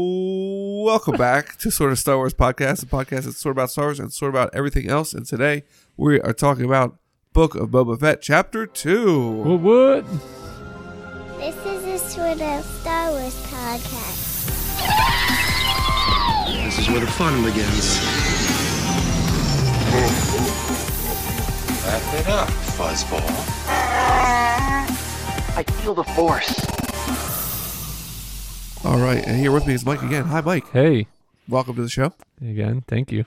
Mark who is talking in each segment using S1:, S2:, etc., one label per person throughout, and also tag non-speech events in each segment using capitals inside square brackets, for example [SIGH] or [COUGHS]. S1: Welcome back to Sort of Star Wars Podcast, the podcast that's sort of about Star Wars and sort of about everything else. And today we are talking about Book of Boba Fett, Chapter 2.
S2: What? What?
S3: This is a sort of Star Wars podcast.
S4: This is where the fun begins.
S5: Wrap it up, fuzzball.
S6: I feel the force.
S1: All right, and here with me is Mike again. Hi, Mike.
S2: Hey,
S1: Welcome to the show.
S2: again, thank you.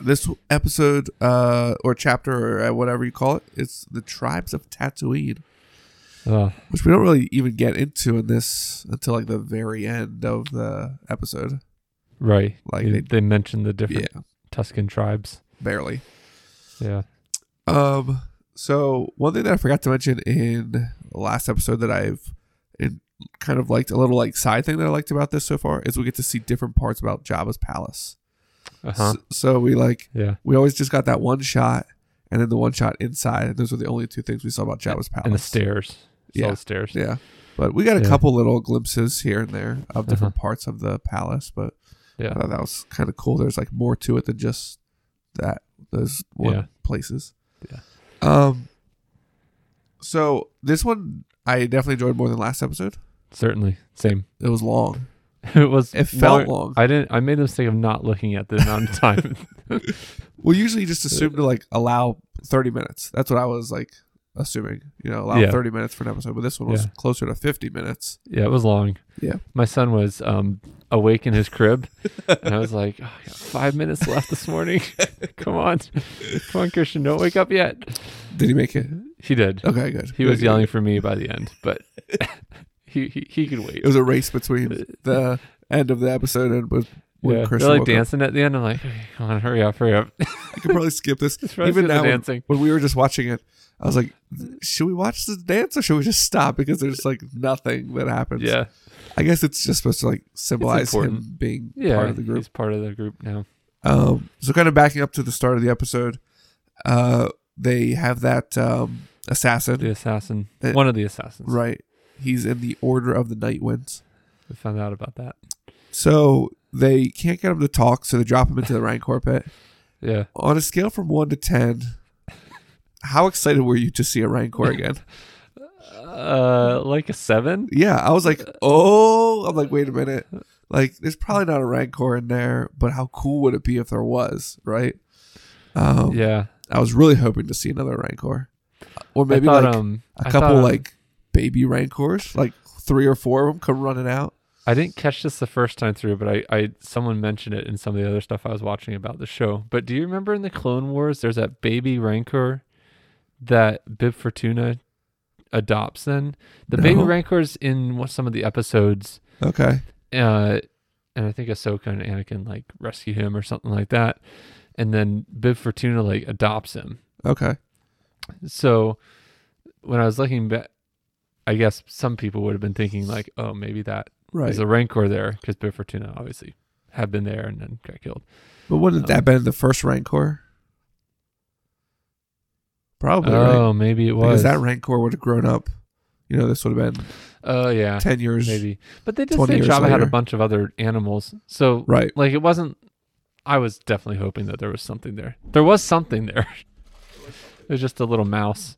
S1: This episode, uh, or chapter, or uh, whatever you call it, it's the Tribes of Tatooine,
S2: Oh,
S1: which we don't really even get into in this until like the very end of the episode.
S2: right.
S1: Like
S2: Like they,
S1: they-
S2: they mentioned the different
S1: Yeah,
S2: Tuscan tribes.
S1: barely.
S2: Yeah.
S1: Um. So one thing that I forgot to mention in the last episode that I've it kind of liked a little like side thing that I liked about this so far is we get to see different parts about Jabba's palace.
S2: Uh huh.
S1: So, so we like
S2: yeah.
S1: we always just got that one shot and then the one shot inside, and those were the only two things we saw about Jabba's palace.
S2: And the stairs.
S1: Yeah.
S2: Yeah. The stairs.
S1: Yeah. But we got a
S2: Yeah. Uh-huh.
S1: couple little glimpses here and there of different parts of the palace, but I
S2: Yeah.
S1: thought that was kind of cool. There's like more to it than just that those one
S2: Yeah.
S1: places.
S2: Yeah.
S1: Um. So this one I definitely enjoyed more than last episode.
S2: Certainly. Same. [LAUGHS]
S1: It was long.
S2: it was.
S1: It felt
S2: more-
S1: long.
S2: I didn't. I made the mistake of not looking at the amount
S1: [LAUGHS]
S2: of time.
S1: Well, usually you just assume to like allow 30 minutes. That's what I was like assuming. You know, allow
S2: Yeah.
S1: 30 minutes for an episode, but this one was
S2: Yeah.
S1: closer to 50 minutes.
S2: yeah, it was long.
S1: Yeah.
S2: My son was um awake in his crib, and I was like, oh, I got five minutes left this morning. [LAUGHS] Come on, come on, Christian, don't wake up yet.
S1: Did he make it?
S2: He did.
S1: Okay, good.
S2: He
S1: Good,
S2: was
S1: good.
S2: yelling for me by the end, but
S1: [LAUGHS]
S2: he, he he could wait.
S1: It was a race between the end of the episode and with when
S2: yeah,
S1: Chris
S2: they're like
S1: woke up.
S2: dancing at the end. I'm like, "Okay, come on, hurry up, hurry up.
S1: I could probably skip this.
S2: probably
S1: Even
S2: skip the
S1: now, when-
S2: dancing.
S1: When, we were just watching it, I was like, "Should we watch this dance or should we just stop?" Because there's like nothing that happens.
S2: yeah,
S1: I guess it's just supposed to like symbolize him
S2: important.
S1: being
S2: yeah.
S1: part of the group.
S2: He's part of the group now.
S1: Um, so, kind of backing up to the start of the episode, uh, they have that um, assassin,
S2: The assassin,
S1: Uh,
S2: one of the assassins.
S1: right? He's in the Order of the Night Winds.
S2: We found out about that.
S1: So they can't get him to talk, so they drop him into the Rancor pit.
S2: Yeah,
S1: on a scale from one to ten, how excited were you to see a Rancor
S2: [LAUGHS]
S1: again?
S2: uh, like a seven.
S1: yeah, I was
S2: [LAUGHS]
S1: like, oh, I'm like, wait a minute, like, there's probably not a Rancor in there, but how cool would it be if there was, right? Um,
S2: Yeah,
S1: I was really hoping to see another Rancor, Uh, or maybe
S2: I thought,
S1: like
S2: um,
S1: a
S2: I
S1: couple
S2: thought, um,
S1: like baby Rancors, like three or four of them come running out.
S2: I didn't catch this the first time through, but I, I someone mentioned it in some of the other stuff I was watching about the show. But do you remember in the Clone Wars, there's that baby Rancor that Bib Fortuna adopts? Then the baby
S1: No.
S2: Rancor's in what, some of the episodes,
S1: Okay,
S2: uh, and I think Ahsoka and Anakin like rescue him or something like that, and then Bib Fortuna like adopts him.
S1: okay,
S2: So when I was looking back, I guess some people would have been thinking like, oh, maybe that
S1: right.
S2: is a rancor there because Bib Fortuna obviously had been there and then got killed.
S1: but wouldn't that been the first Rancor? Probably. right?
S2: oh, maybe it was.
S1: Because that Rancor would have grown up. You know, this would have
S2: [LAUGHS]
S1: been
S2: oh, yeah,
S1: 10 years.
S2: maybe. But they did
S1: 20
S2: say
S1: years
S2: Jabba had
S1: later.
S2: a bunch of other animals, so
S1: Right.
S2: like it wasn't. I was definitely hoping that there was something there. There was something there. [LAUGHS] it was just a little mouse.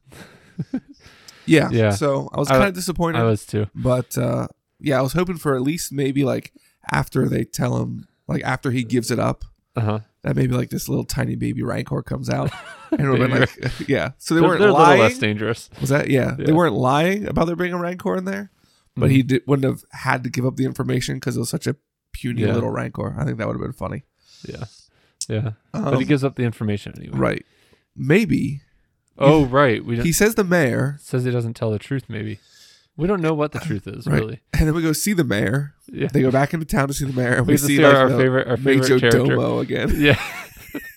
S1: Yeah.
S2: Yeah.
S1: So I was
S2: I-
S1: kind of disappointed.
S2: I was too.
S1: but uh, yeah, I was hoping for at least maybe like after they tell him, like after he gives it up,
S2: Uh huh.
S1: that maybe like this little tiny baby Rancor comes
S2: [LAUGHS]
S1: out. And it would have been
S2: Baby
S1: like, [LAUGHS] yeah. So they
S2: They're,
S1: weren't
S2: they're a little
S1: lying.
S2: less dangerous.
S1: Was that, yeah, They
S2: Yeah. Mm-hmm.
S1: weren't lying about there being a Rancor in there, but he did, wouldn't have had to give up the information because it was such a puny
S2: Yeah.
S1: little Rancor. I think that would have been funny.
S2: Mm, Yeah. Yeah. but he
S1: Um,
S2: gives up the information anyway.
S1: Right. Maybe.
S2: Oh, right. We don't,
S1: He says the mayor.
S2: says he doesn't tell the truth. Maybe we don't know
S1: [LAUGHS]
S2: what the truth is
S1: Right.
S2: really.
S1: And then we go see the mayor.
S2: Yeah.
S1: They go back into town to see the mayor, and we,
S2: We get to
S1: see,
S2: see
S1: like,
S2: our
S1: the
S2: favorite- our favorite
S1: Majo
S2: character.
S1: Domo again.
S2: Yeah.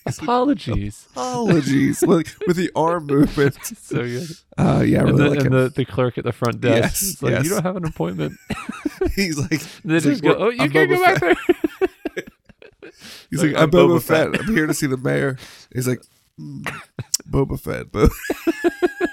S2: Apologies.
S1: Apologies, like with the arm movement.
S2: so good.
S1: Uh, yeah, I
S2: And,
S1: really
S2: the,
S1: like
S2: and
S1: him.
S2: the, the clerk at the front desk.
S1: Yes,
S2: is like,
S1: yes.
S2: You don't have an appointment.
S1: [LAUGHS] he's like,
S2: And they
S1: he's like,
S2: just go,
S1: "We're-
S2: Oh, you
S1: I'm
S2: can't
S1: Boba
S2: go back
S1: Fett."
S2: there.
S1: He's
S2: Like,
S1: like, I'm,
S2: "I'm
S1: Boba
S2: Boba
S1: Fett. I'm here to see the mayor. He's like, mm, Boba Fett. Bo- [LAUGHS]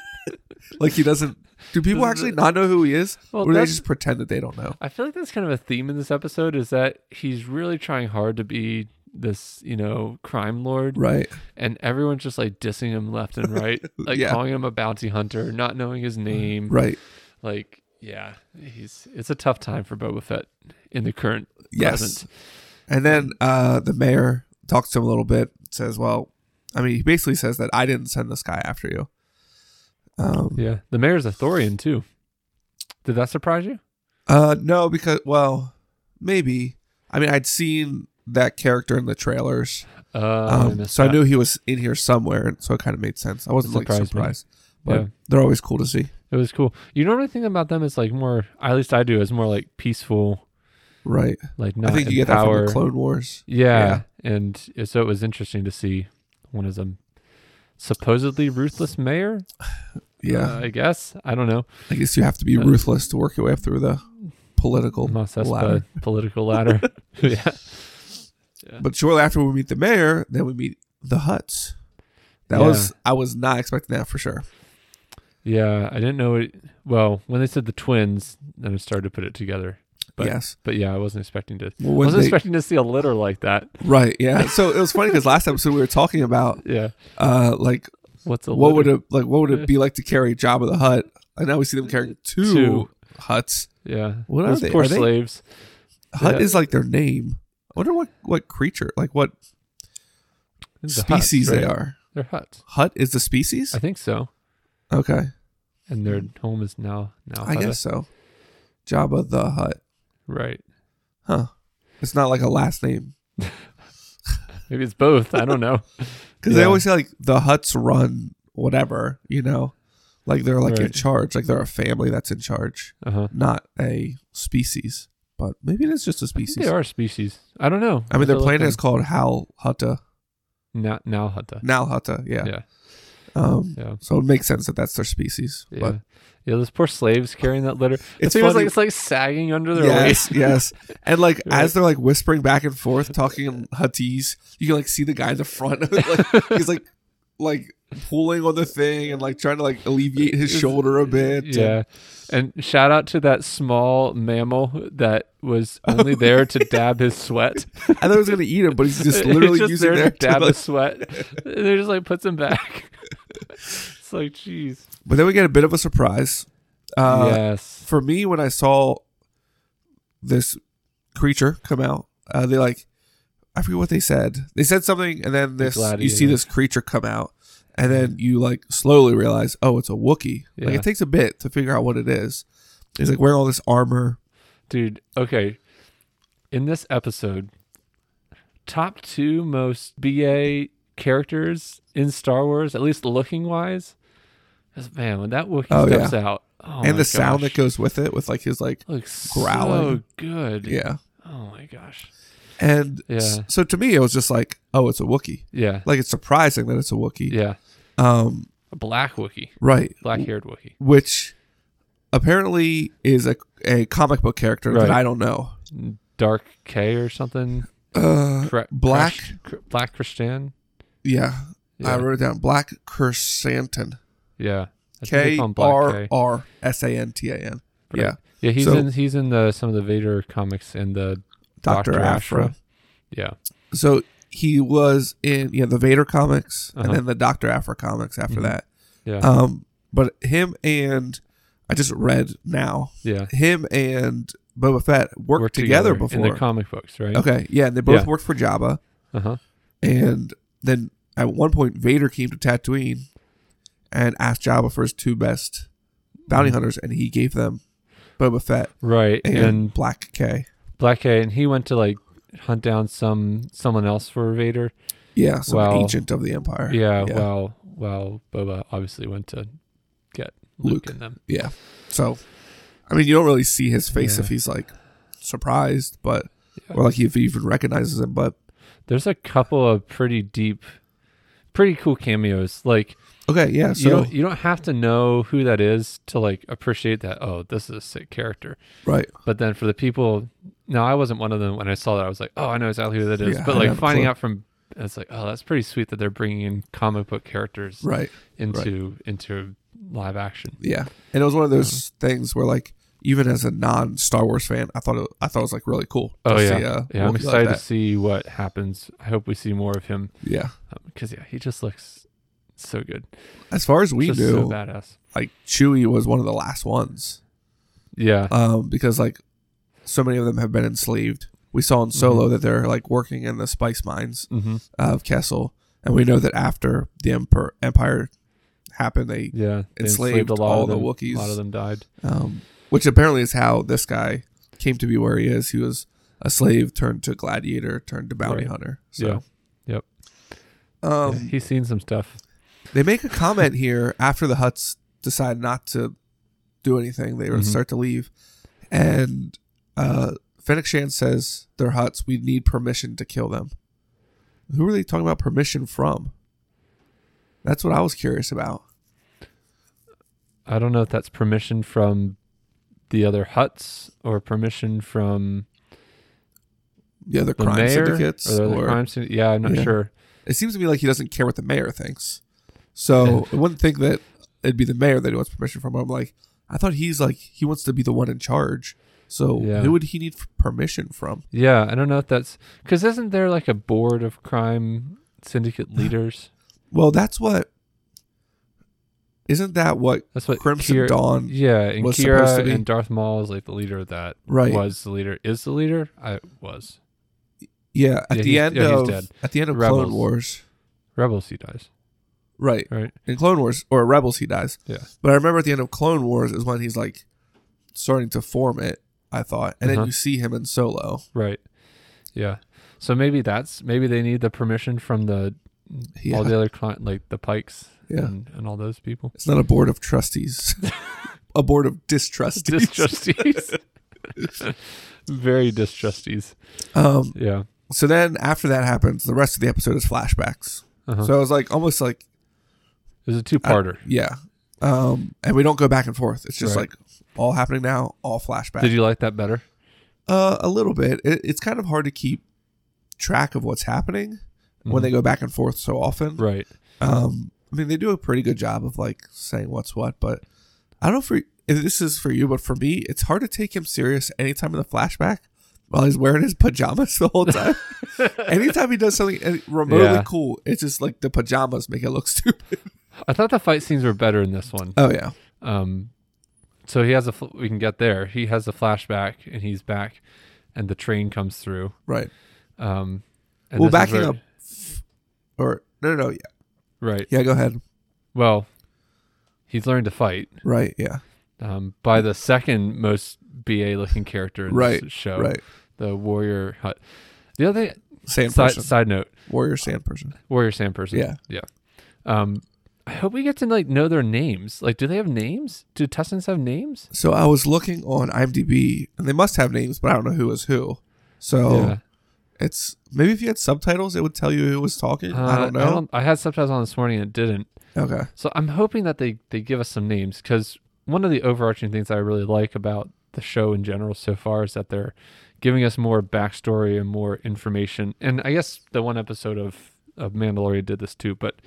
S1: Like he doesn't. Do people actually not know who he is,
S2: Well,
S1: or do they
S2: that's-
S1: just pretend that they don't know?
S2: I feel like that's kind of a theme in this episode is that he's really trying hard to be this, you know, crime lord.
S1: Right.
S2: And everyone's just like dissing him left and right,
S1: [LAUGHS]
S2: like
S1: Yeah.
S2: calling him a bounty hunter, not knowing his name.
S1: Right.
S2: Like, yeah, he's it's a tough time for Boba Fett in the current
S1: Yes.
S2: present.
S1: And then uh, the mayor talks to him a little bit. Says, "Well, I mean, he basically says that I didn't send this guy after you." Um,
S2: Yeah. The mayor's a Thorian too. Did that surprise you?
S1: Uh, no, because well, maybe. I mean, I'd seen that character in the trailers,
S2: Uh,
S1: um,
S2: missed
S1: so I
S2: that.
S1: knew he was in here somewhere, and so it kind of made sense. I wasn't like
S2: Surprised me.
S1: surprised, but
S2: Yeah.
S1: they're always cool to see,
S2: it was cool. You normally think about them as like more, at least I do, as more like peaceful,
S1: right?
S2: like not
S1: I think you get
S2: in
S1: that from
S2: power.
S1: the Clone Wars.
S2: Yeah. And it- so it was interesting to see one as a supposedly ruthless mayor,
S1: Yeah,
S2: uh, I guess. I don't know.
S1: I guess you have to be ruthless to work your way up through the political
S2: Mosespa
S1: ladder.
S2: political
S1: [LAUGHS]
S2: ladder. [LAUGHS] yeah.
S1: But shortly after we meet the mayor, then we meet the Huts. That
S2: Yeah.
S1: was I was not expecting that for sure.
S2: Yeah. I didn't know it. Well, when they said the twins, then I started to put it together. But,
S1: Yes.
S2: But yeah, I wasn't expecting to.
S1: Well, when
S2: I wasn't
S1: they-
S2: expecting to see a litter like that.
S1: Right? Yeah. So it was funny because last episode we were talking about
S2: Yeah.
S1: uh like
S2: What's a
S1: what would
S2: litter?
S1: it like what would
S2: [LAUGHS]
S1: it be like to carry Job of the Hut? And now we see them carrying two,
S2: Uh, Two.
S1: huts.
S2: Yeah.
S1: What are
S2: Those
S1: they?
S2: Poor
S1: Are they-
S2: slaves.
S1: Hut
S2: Yeah.
S1: is like their name. I wonder what what creature, like what
S2: These are huts,
S1: species they
S2: right?
S1: are.
S2: They're huts.
S1: Hut is the species.
S2: I think so.
S1: Okay,
S2: And their home is now now.
S1: I guess so. Jabba the Hut,
S2: Right.
S1: huh? It's not like a last name
S2: Maybe it's both. I
S1: [LAUGHS]
S2: don't know.
S1: because they
S2: Yeah.
S1: always say like the Huts run whatever, you know, like they're like in
S2: Right.
S1: charge, like they're a family that's in charge,
S2: Uh huh.
S1: not a species. But maybe it is just a
S2: I think
S1: species.
S2: they are a species. I don't know.
S1: I mean, their
S2: They're
S1: planet
S2: looking-
S1: is called Hal Hutta.
S2: Na- now Hutta.
S1: Nalhutta, yeah.
S2: Yeah,
S1: Um,
S2: yeah,
S1: So it makes sense that that's their species.
S2: yeah.
S1: But
S2: yeah, those poor slaves carrying that
S1: [LAUGHS]
S2: litter. It
S1: It's
S2: feels
S1: funny-
S2: like it's like sagging under their [LAUGHS]
S1: yes, yes. And like
S2: Right.
S1: as they're like whispering back and forth, talking in Huttese, you can like see the guy in the front. like,
S2: [LAUGHS]
S1: he's like like pulling on the thing and like trying to like alleviate his
S2: It's-
S1: shoulder a bit.
S2: weight. Yeah, and shout out to that small mammal that
S1: [LAUGHS]
S2: was only there to dab his sweat.
S1: And I thought he was gonna eat him, but he's [LAUGHS]
S2: [LAUGHS]
S1: just literally
S2: He's just
S1: using
S2: there
S1: their
S2: to dab
S1: to, like-
S2: his sweat.
S1: [LAUGHS]
S2: and they just like puts him back. [LAUGHS] it's like, jeez.
S1: But then we get a bit of a surprise. Uh
S2: yes.
S1: for me when I saw this creature come out, uh, they like I forget what they said. They said something, and then this you see
S2: gladiator.
S1: this creature come out, and then you like slowly realize, oh, it's a Wookiee. Like
S2: Yeah.
S1: it takes a bit to figure out what it is. He's like wearing all this armor.
S2: Dude, okay. In this episode, top two most BA characters in Star Wars, at least looking wise, is man, when that Wookiee
S1: Oh,
S2: steps out. Oh
S1: and
S2: my
S1: the sound
S2: gosh.
S1: that goes with it, with like his like
S2: looks
S1: growling.
S2: so good.
S1: yeah.
S2: Oh my gosh.
S1: And s-
S2: Yeah.
S1: so to me, it was just like, oh, it's a Wookiee.
S2: Yeah.
S1: Like it's surprising that it's a Wookiee.
S2: Yeah.
S1: Um,
S2: A black Wookiee.
S1: right.
S2: Black haired Wookiee.
S1: Which apparently is a a comic book character
S2: Right.
S1: that I don't know.
S2: Dark K or something.
S1: Uh,
S2: Cra-
S1: black.
S2: Crash- Cr- black Christian.
S1: yeah,
S2: Yeah.
S1: I wrote it down. Black Kersantan.
S2: yeah. I think they
S1: K
S2: call him Black
S1: R
S2: K.
S1: R S A N T A N.
S2: Right.
S1: Yeah,
S2: Yeah, he's
S1: So-
S2: in he's in the some of the Vader comics and the
S1: Doctor
S2: Dr.
S1: Afra.
S2: Aphra. Yeah.
S1: So he was in you know the Vader comics
S2: Uh-huh. Mm-hmm.
S1: and then the Doctor Afra comics after that.
S2: Yeah.
S1: Um, but him and I just read now
S2: yeah.
S1: him and Boba Fett worked, together,
S2: in the
S1: before.
S2: comic books, right?
S1: okay, yeah, and they both
S2: Yeah.
S1: worked for Jabba,
S2: Uh-huh.
S1: and then at one point Vader came to Tatooine and asked Jabba for his two best bounty
S2: Hmm.
S1: hunters, and he gave them Boba Fett
S2: Right.
S1: and,
S2: And,
S1: Black K.
S2: Black K and he went to like hunt down some someone else for Vader.
S1: Yeah, some
S2: Wow.
S1: agent of the Empire.
S2: Yeah,
S1: yeah,
S2: Well, well, Boba obviously went to get Luke,
S1: Luke.
S2: and them.
S1: yeah. So, I mean, you don't really see his face
S2: Yeah.
S1: if he's like surprised, but or like if he even recognizes him. But
S2: There's a couple of pretty deep pretty cool cameos. Like
S1: okay, yeah.
S2: you
S1: So
S2: don't you don't have to know who that is to like appreciate that, oh, this is a sick character.
S1: right,
S2: But then for the people, no, I wasn't one of them. When I saw that, I was like, oh, I know exactly who that is.
S1: Yeah,
S2: but
S1: I
S2: like
S1: got a
S2: finding
S1: clue.
S2: out from, it's like, oh, that's pretty sweet that they're bringing in comic book characters
S1: right,
S2: into into live action.
S1: Yeah, and it was one of those
S2: Uh-huh.
S1: things where like even as a non Star Wars fan, I thought it, I thought it was like really cool.
S2: Oh
S1: to
S2: yeah,
S1: see, uh,
S2: yeah.
S1: Wookiee
S2: I'm
S1: like
S2: excited
S1: that.
S2: to see what happens. I hope we see more of him
S1: Yeah,
S2: because yeah, he just looks so good.
S1: as far as we
S2: just so
S1: knew,
S2: badass.
S1: like Chewie was one of the last ones
S2: Yeah,
S1: um, because like so many of them have been enslaved. We saw in Solo
S2: Mm-hmm.
S1: that they're like working in the spice mines
S2: hmm
S1: of Kessel, and we know that after the Emperor, Empire happened, they
S2: yeah. They
S1: Enslaved all
S2: of
S1: the
S2: them.
S1: Wookiees.
S2: A lot of them died.
S1: um, which apparently is how this guy came to be where he is. He was a slave turned to gladiator, turned to bounty
S2: Right.
S1: hunter. So.
S2: Yeah. Yep. Yeah,
S1: Um,
S2: he's seen some stuff.
S1: They make a comment here after the Huts decide not to do anything.
S2: Mm-hmm.
S1: They start to leave, and uh, Fennec Shan says, "They're Huts. We need permission to kill them." Who are they talking about permission from? That's what I was curious about.
S2: I don't know if that's permission from the other huts or permission from
S1: The other
S2: the
S1: crime
S2: mayor
S1: syndicates,
S2: or the other
S1: or
S2: crime syndicate. Yeah, I'm not
S1: Yeah.
S2: sure.
S1: it seems to me like he doesn't care what the mayor thinks. So I wouldn't think that it'd be the mayor that he wants permission from. I'm like, I thought he's like he wants to be the one in charge. So
S2: Yeah.
S1: who would he need f- permission from?
S2: Yeah, I don't know if that's because isn't there like a board of crime
S1: [SIGHS]
S2: syndicate leaders?
S1: Well, that's what. Isn't that what
S2: That's what
S1: Crimson
S2: Kira-
S1: Dawn?
S2: Yeah, and
S1: was supposed to
S2: Kira
S1: be.
S2: and Darth Maul is like the leader of that.
S1: Right.
S2: was the leader is the leader. I was
S1: Yeah, at
S2: Yeah,
S1: the
S2: he's-
S1: end
S2: yeah, he's
S1: of
S2: dead.
S1: at the end of Clone
S2: Rebels.
S1: Wars,
S2: rebels. He dies.
S1: right?
S2: Right.
S1: In Clone Wars or Rebels, he dies.
S2: Yeah.
S1: But I remember at the end of Clone Wars is when he's like starting to form it. I thought, and then
S2: Uh-huh.
S1: you see him in Solo.
S2: Right. Yeah. So maybe that's maybe they need the permission from the
S1: Yeah.
S2: all the other cli like the Pikes
S1: Yeah.
S2: and, and all those people.
S1: [LAUGHS] It's not a board of
S2: [LAUGHS]
S1: trustees. a board of distrustees. [LAUGHS]
S2: Distrustees. [LAUGHS] Very distrustees.
S1: um,
S2: Yeah.
S1: so then after that happens, the rest of the episode is flashbacks.
S2: Uh-huh.
S1: So it was like almost like
S2: it was a two-parter.
S1: yeah. Um, and we don't go back and forth. It's just
S2: Right.
S1: like all happening now, all flashbacks.
S2: Did you like that better?
S1: uh, a little bit. It, it's kind of hard to keep track of what's happening when they go back and forth so often.
S2: Mm-hmm. Right.
S1: Um, I mean, they do a pretty good job of like saying what's what, but I don't know for if this is for you, but for me, it's hard to take him serious anytime in the flashback while he's wearing his pajamas the whole
S2: [LAUGHS]
S1: time. anytime he does something any- remotely
S2: Yeah.
S1: cool, it's just like the pajamas make it look [LAUGHS] stupid.
S2: I thought the fight scenes were better in this one.
S1: Oh yeah,
S2: Um, so he has a. fl- We can get there. He has a flashback, and he's back, and the train comes through.
S1: right.
S2: Um, and
S1: well,
S2: this is
S1: backing
S2: where-
S1: up, or no, no, no, yeah,
S2: Right.
S1: yeah. Go ahead.
S2: Well, he's learned to fight
S1: Right, yeah,
S2: um, by the second most BA looking character in
S1: Right,
S2: this show,
S1: right.
S2: the Warrior Hut. The other thing,
S1: Sand
S2: side,
S1: person,
S2: side note,
S1: warrior sand person.
S2: Warrior Sam person.
S1: Yeah.
S2: Yeah. Um, I hope we get to like know their names. Like, do they have names? Do Tessens have names?
S1: So I was looking on IMDb, and they must have names, but I don't know who is who. So
S2: Yeah.
S1: it's maybe if you had subtitles, it would tell you who was talking. I
S2: Uh,
S1: don't know.
S2: I, I had subtitles on this morning and it didn't.
S1: okay,
S2: So I'm hoping that they they give us some names because one of the overarching things I really like about the show in general so far is that they're giving us more backstory and more information. And I guess the one episode of of Mandalorian did this too, but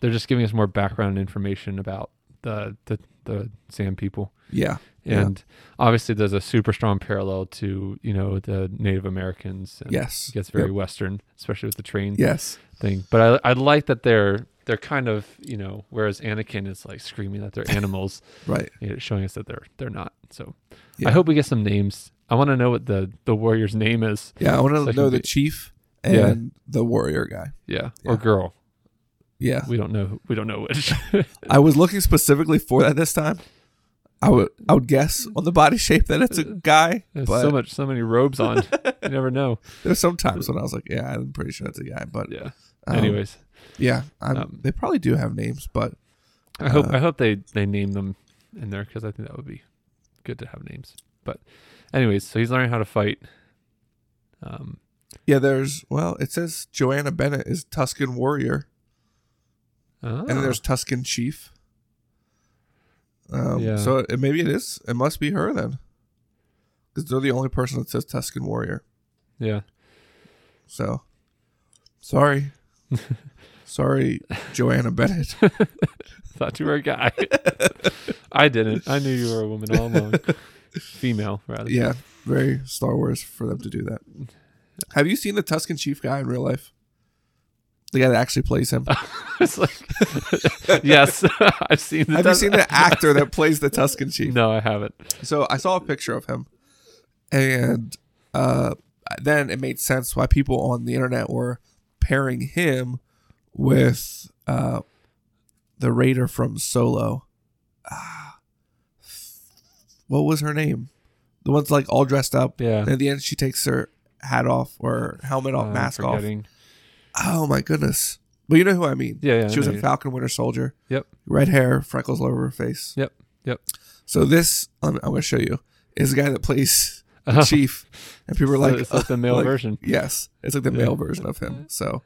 S2: they're just giving us more background information about the the the Sam people.
S1: yeah, Yeah.
S2: And obviously, there's a super strong parallel to you know the Native Americans. And
S1: Yes.
S2: it gets very
S1: Yep.
S2: Western, especially with the train
S1: yes,
S2: thing. But I I like that they're they're kind of you know whereas Anakin is like screaming that they're animals, [LAUGHS]
S1: right.
S2: you know, showing us that they're they're not. So
S1: Yeah.
S2: I hope we get some names. I want to know what the the warrior's name is.
S1: Yeah, I want
S2: So
S1: to
S2: I
S1: know
S2: can
S1: the
S2: be-
S1: chief and
S2: Yeah.
S1: the warrior guy.
S2: Yeah,
S1: Yeah.
S2: or girl.
S1: Yeah,
S2: We don't know. who- We don't know which. [LAUGHS]
S1: I was looking specifically for that this time. I would I would guess on the body shape that it's a guy,
S2: There's
S1: but
S2: so much, so many robes
S1: [LAUGHS]
S2: on. you never know.
S1: there's some times when I was like, yeah, I'm pretty sure it's a guy, but
S2: Yeah.
S1: um,
S2: Anyways,
S1: yeah, I'm,
S2: um,
S1: they probably do have names, but
S2: I hope
S1: uh,
S2: I hope they they name them in there because I think that would be good to have names. But anyways, so he's learning how to fight. Um,
S1: yeah, there's well, it says Joanna Bennett is Tuscan warrior. and
S2: ah.
S1: then there's Tuscan Chief. Um,
S2: Yeah.
S1: So it, maybe it is. It must be her then, because they're the only person that says Tuscan Warrior.
S2: yeah. [LAUGHS]
S1: So, sorry. Sorry, Joanna Bennett.
S2: Thought you were a guy. [LAUGHS] I didn't. I knew you were a woman all along. Female, rather.
S1: yeah, very Star Wars for them to do that. Have you seen the Tuscan Chief guy in real life? The guy that actually plays him.
S2: [LAUGHS] It's like, [LAUGHS] yes, I've seen. The
S1: Have you seen the actor that plays the Tuscan Chief?
S2: No, I haven't.
S1: So I saw a picture of him, and uh, then it made sense why people on the internet were pairing him with uh, the Raider from Solo. Ah. what was her name? The one's like all dressed up.
S2: Yeah. Uh,
S1: And at the end, she takes her hat off or helmet off,
S2: I'm
S1: mask off.
S2: forgetting.
S1: Oh my goodness! But you know who I mean.
S2: Yeah, yeah, I
S1: She was
S2: know
S1: in
S2: you-
S1: Falcon Winter Soldier.
S2: Yep.
S1: Red hair, freckles all over her face.
S2: Yep. Yep.
S1: So this I'm, I'm going to show you is the guy that
S2: [LAUGHS]
S1: plays the
S2: Oh.
S1: chief, and people are
S2: So
S1: like,
S2: it's like the male
S1: like,
S2: version.
S1: [LAUGHS] Yes, it's like the male version of him. So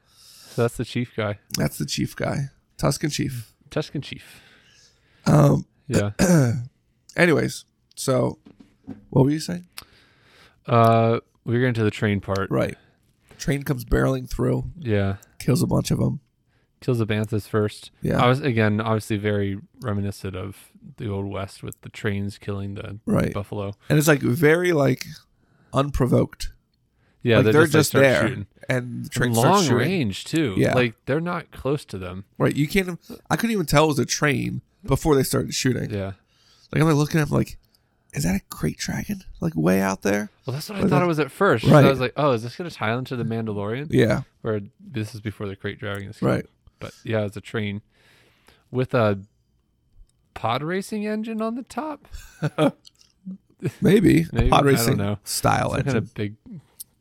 S2: So that's the chief guy,
S1: that's the chief guy, Tuscan chief.
S2: Tuscan chief. Mm.
S1: Um. [COUGHS]
S2: Yeah.
S1: Anyways, so what were you saying?
S2: Uh, we're getting to the train part.
S1: Right. Train comes barreling through,
S2: Yeah.
S1: kills a bunch of them.
S2: Kills the Banthas first.
S1: Yeah.
S2: I was again obviously very reminiscent of the old west with the trains killing the
S1: Right.
S2: buffalo.
S1: And it's like very like unprovoked.
S2: Yeah,
S1: like
S2: they
S1: they're
S2: like,
S1: just,
S2: start
S1: there,
S2: shooting.
S1: and the
S2: And
S1: train starts
S2: Long
S1: shooting.
S2: range too.
S1: Yeah.
S2: Like they're not close to them.
S1: Right. You can't. I couldn't even tell it was a train before they started shooting.
S2: Yeah.
S1: Like I'm like looking at him like, is that a great dragon? Like way out there?
S2: Well, that's what I
S1: But
S2: thought
S1: that-
S2: it was at first.
S1: Right.
S2: I was like, oh, is this going to tie into the Mandalorian?
S1: Yeah.
S2: Or this is before the Great Dragon. is
S1: Right.
S2: But yeah, it's a train with a pod racing engine on the top.
S1: Maybe.
S2: Maybe,
S1: Pod
S2: I don't
S1: racing
S2: know.
S1: style
S2: Some
S1: engine.
S2: kind of big,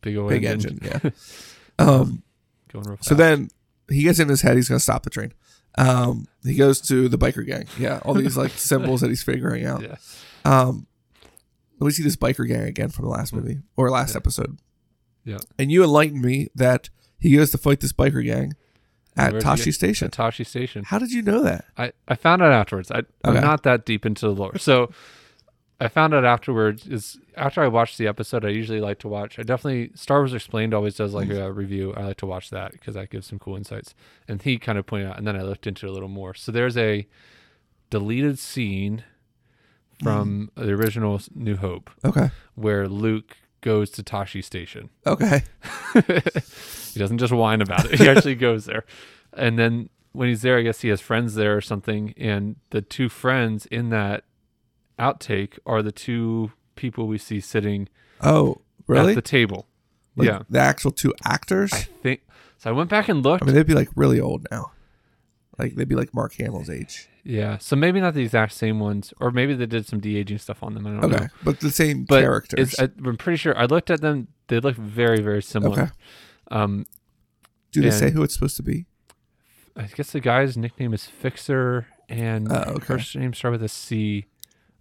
S2: big old
S1: Big engine.
S2: engine. [LAUGHS]
S1: Yeah. um
S2: Going real fast.
S1: so then he gets in his head he's gonna stop the train. Um he goes to the biker gang. Yeah. All these
S2: [LAUGHS]
S1: like symbols that he's figuring out.
S2: yeah.
S1: Um we see this biker gang again from the last movie or last episode.
S2: Hmm. Yeah.
S1: And you enlightened me that he goes to fight this biker gang at
S2: Where's he
S1: Tashi
S2: get-
S1: Station.
S2: At Tashi Station.
S1: How did you know that?
S2: I, I found out afterwards. I,
S1: Okay.
S2: I'm not that deep into the lore. So I found out afterwards is after I watched the episode, I usually like to watch. I definitely Star Wars Explained always does like a review. I like to watch that because that gives some cool insights. And he kind of pointed out, and then I looked into it a little more. So there's a deleted scene from the original New Hope
S1: Okay.
S2: where Luke goes to Tashi Station.
S1: Okay.
S2: he doesn't just whine about it. He actually goes there. And then when he's there, I guess he has friends there or something. And the two friends in that outtake are the two people we see sitting
S1: Oh, really?
S2: at the table.
S1: Like,
S2: yeah.
S1: The actual two actors.
S2: I think so. I went back and looked.
S1: I mean, they'd be like really old now. Like they'd be like Mark Hamill's age.
S2: yeah. So maybe not the exact same ones, or maybe they did some de aging stuff on them. I don't
S1: Okay,
S2: know.
S1: but the same
S2: But
S1: characters.
S2: It's, I, I'm pretty sure I looked at them. They look very, very similar.
S1: Okay.
S2: Um,
S1: Do they say
S2: and-
S1: who it's supposed to be?
S2: I guess the guy's nickname is Fixer, and
S1: Oh, okay.
S2: her name started with a C.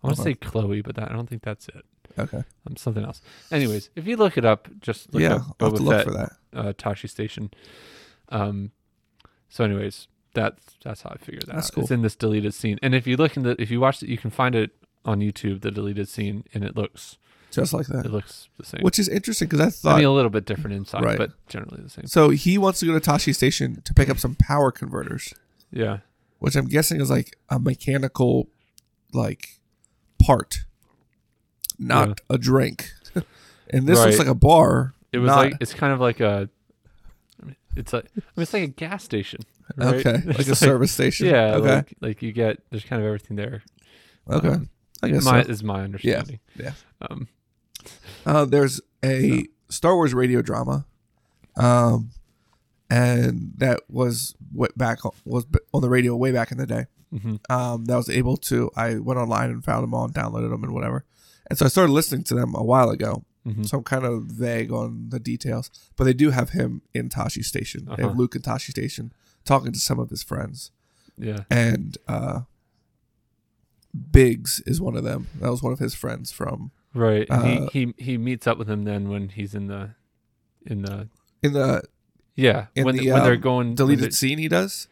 S2: I want to say Chloe, but that, I don't think that's it.
S1: Okay,
S2: Um, something else. Anyways, if you look it up, just look
S1: yeah,
S2: up
S1: I'll have
S2: Boba
S1: to look
S2: Fett,
S1: for that.
S2: Uh, Tashi Station. Um, so, anyways, that's that's how I figured that.
S1: That's
S2: out.
S1: cool.
S2: It's in this deleted scene, and if you look in the if you watch it, you can find it on YouTube, the deleted scene, and it looks
S1: Just like
S2: it
S1: that,
S2: looks the same.
S1: which is interesting because I
S2: I
S1: thought
S2: mean, a little bit different inside,
S1: Right.
S2: but generally the same.
S1: so. He wants to go to Tashi Station to pick up some power converters,
S2: Yeah,
S1: which I'm guessing is like a mechanical, like, part, not
S2: Yeah.
S1: a drink. [LAUGHS] and this looks
S2: Right.
S1: like a bar.
S2: It was
S1: not-
S2: like it's kind of like a. It's like I mean, it's like a gas station. Right? [LAUGHS]
S1: okay,
S2: It's
S1: like a service station.
S2: Yeah,
S1: Okay.
S2: like, like you get there's kind of everything there.
S1: okay.
S2: um,
S1: I guess
S2: my
S1: so.
S2: is my understanding.
S1: Yeah.
S2: Um,
S1: Uh, there's a Star Wars radio drama, um, and that was what back was on the radio way back in the day.
S2: Mhm.
S1: Um, that was able to. I went online and found them all and downloaded them and whatever. And so I started listening to them a while ago.
S2: Mhm.
S1: So I'm kind of vague on the details, but they do have him in Tashi Station. They have
S2: Uh-huh.
S1: Luke in Tashi Station talking to some of his friends,
S2: yeah.
S1: and uh, Biggs is one of them. That was one of his friends from
S2: Right. and
S1: Uh,
S2: he, he he meets up with him then when he's in the in the
S1: in the
S2: yeah
S1: In
S2: when
S1: the,
S2: when they're
S1: um,
S2: going when
S1: deleted
S2: they're-
S1: scene he does.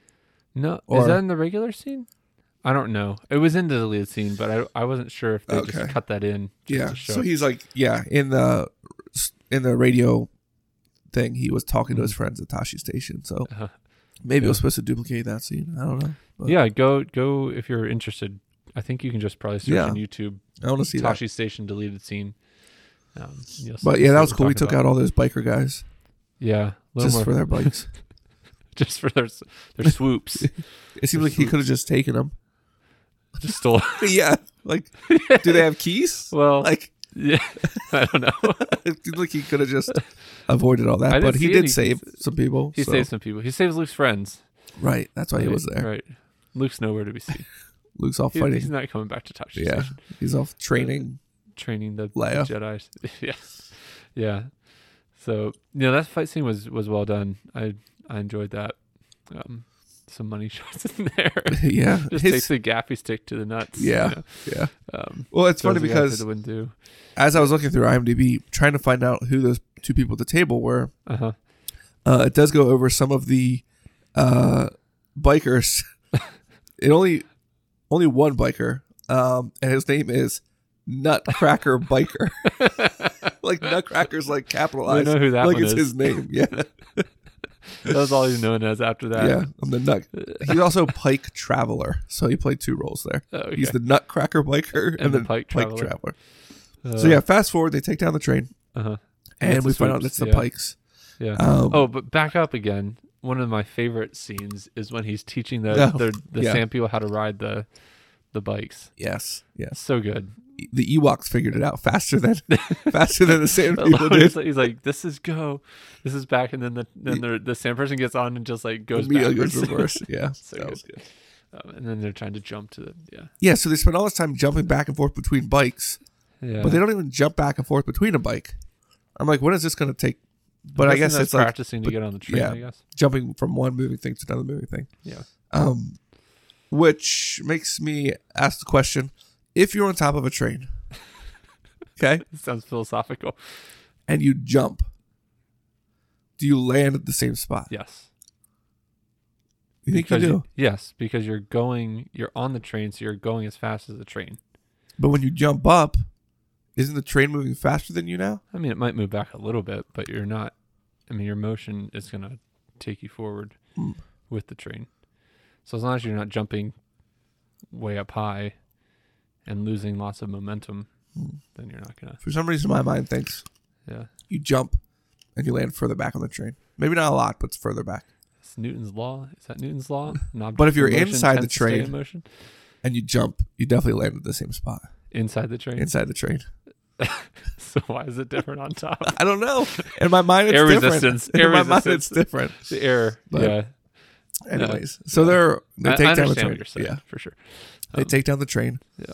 S2: No,
S1: or-
S2: is that in the regular scene? I don't know. It was in the deleted scene, but I I wasn't sure if they just
S1: Okay.
S2: cut that in. just
S1: Yeah.
S2: to show
S1: So
S2: it.
S1: he's like, yeah, in the in the radio thing, he was talking to his friends at Tashi Station. So
S2: Mm-hmm. Uh-huh.
S1: Maybe it was supposed to duplicate that scene. I don't know. But
S2: yeah, go go if you're interested. I think you can just probably search
S1: Yeah.
S2: on YouTube
S1: I want to see that.
S2: Tashi Station deleted scene. Um, you'll see-
S1: But
S2: see
S1: yeah, that
S2: what
S1: was
S2: we're
S1: cool. We
S2: talking
S1: took
S2: about.
S1: out all those biker guys
S2: yeah, a little
S1: just
S2: more-
S1: for their bikes.
S2: [LAUGHS] just for their s-
S1: [LAUGHS]
S2: their swoops.
S1: It seems like he could have just taken
S2: [LAUGHS]
S1: them.
S2: just stole.
S1: [LAUGHS] yeah. Like, do they have keys?
S2: [LAUGHS] Well,
S1: like, [LAUGHS]
S2: yeah, I don't know.
S1: it seems like he could have just avoided all
S2: I
S1: that.
S2: didn't
S1: But he
S2: see
S1: did
S2: any-
S1: save some people.
S2: He
S1: so-
S2: saves some people. He saves Luke's friends.
S1: Right. That's why he was there.
S2: Right. Luke's nowhere to be
S1: [LAUGHS]
S2: seen.
S1: Luke's off
S2: He-
S1: fighting.
S2: he's not coming back to Tashi
S1: yeah.
S2: Station.
S1: He's off training.
S2: Training the
S1: Leia.
S2: Jedi. [LAUGHS] yeah. Yeah. So you know that fight scene was was well done. I I enjoyed that. Um, some money [LAUGHS] shots in there.
S1: [LAUGHS] yeah.
S2: Just
S1: His-
S2: takes the gaffy stick to the nuts. you
S1: Yeah.
S2: know.
S1: Yeah.
S2: Um,
S1: Well, it's funny
S2: throws the guy through
S1: because
S2: the window.
S1: as I was looking through IMDb, trying to find out who those two people at the table were,
S2: Uh huh.
S1: uh, it does go over some of the uh, bikers. [LAUGHS] it only only one biker, um, and his name is Nutcracker Biker. [LAUGHS] like Nutcracker's like capitalized.
S2: We know who that
S1: like
S2: one
S1: it's
S2: is.
S1: his
S2: [LAUGHS]
S1: name. Yeah,
S2: That was all
S1: [LAUGHS]
S2: he's known as after that.
S1: yeah. I'm the nut. He's also Pike Traveler, so he played two roles there.
S2: Oh, okay.
S1: He's the Nutcracker Biker and,
S2: the
S1: then
S2: Pike
S1: Pike,
S2: Traveler.
S1: Traveler. so
S2: Uh,
S1: yeah, fast forward, they take down the train,
S2: Uh-huh.
S1: and
S2: It's
S1: we
S2: the
S1: find out
S2: swoops,
S1: it's the
S2: yeah.
S1: Pikes.
S2: Yeah.
S1: Um,
S2: oh, but back up again. One of my favorite scenes is when he's teaching the
S1: No.
S2: the,
S1: Oh,
S2: the
S1: Yeah.
S2: Sam people how to ride the the bikes.
S1: Yes, yes. [LAUGHS]
S2: So good.
S1: the Ewoks figured it out faster
S2: [LAUGHS]
S1: than faster than the Sand people did.
S2: he's, like, he's like, "This is go, this is back," and then the then the the Sam person gets on and just like goes
S1: Immediately
S2: backwards.
S1: goes
S2: [LAUGHS]
S1: reverse. Yeah,
S2: so
S1: that
S2: good.
S1: was good.
S2: Um, and then they're trying to jump to the yeah
S1: Yeah, so they spend all this time jumping back and forth between bikes,
S2: yeah.
S1: but they don't even jump back and forth between a bike. I'm like, when is this going to take? But
S2: I'm
S1: I
S2: guessing
S1: guess
S2: that's
S1: it's like
S2: practicing to get on the train.
S1: yeah.
S2: I guess.
S1: jumping from one moving thing to another moving thing.
S2: Yeah.
S1: Um, which makes me ask the question: If you're on top of a
S2: [LAUGHS]
S1: train, okay,
S2: It sounds philosophical.
S1: and you jump, do you land at the same spot?
S2: Yes.
S1: you think you
S2: Because
S1: do.
S2: yes, because you're going, you're on the train, so you're going as fast as the train.
S1: But when you jump up, isn't the train moving faster than you now?
S2: I mean, it might move back a little bit, but you're not. I mean, your motion is going to take you forward
S1: Hmm.
S2: with the train. So as long as you're not jumping way up high and losing lots of momentum,
S1: Hmm.
S2: then you're not going to.
S1: For some reason, my mind thinks
S2: Yeah,
S1: you jump and you land further back on the train. Maybe not a lot, but it's further back.
S2: it's Newton's law. Is that Newton's
S1: [LAUGHS]
S2: law? An object
S1: But if you're
S2: in motion
S1: inside the
S2: tends to stay in
S1: train-
S2: motion
S1: And you jump, you definitely land at the same spot
S2: inside the train.
S1: inside the train.
S2: [LAUGHS] so why is it different on top?
S1: I don't know. In my mind, it's
S2: [LAUGHS] Air
S1: different.
S2: resistance.
S1: In
S2: Air
S1: my mind,
S2: resistance.
S1: it's different.
S2: the air.
S1: [LAUGHS] But-
S2: yeah,
S1: Anyways, so they're they
S2: I,
S1: take
S2: I
S1: down
S2: understand
S1: the train.
S2: what you're saying
S1: Yeah,
S2: for sure.
S1: they take down the train.
S2: yeah.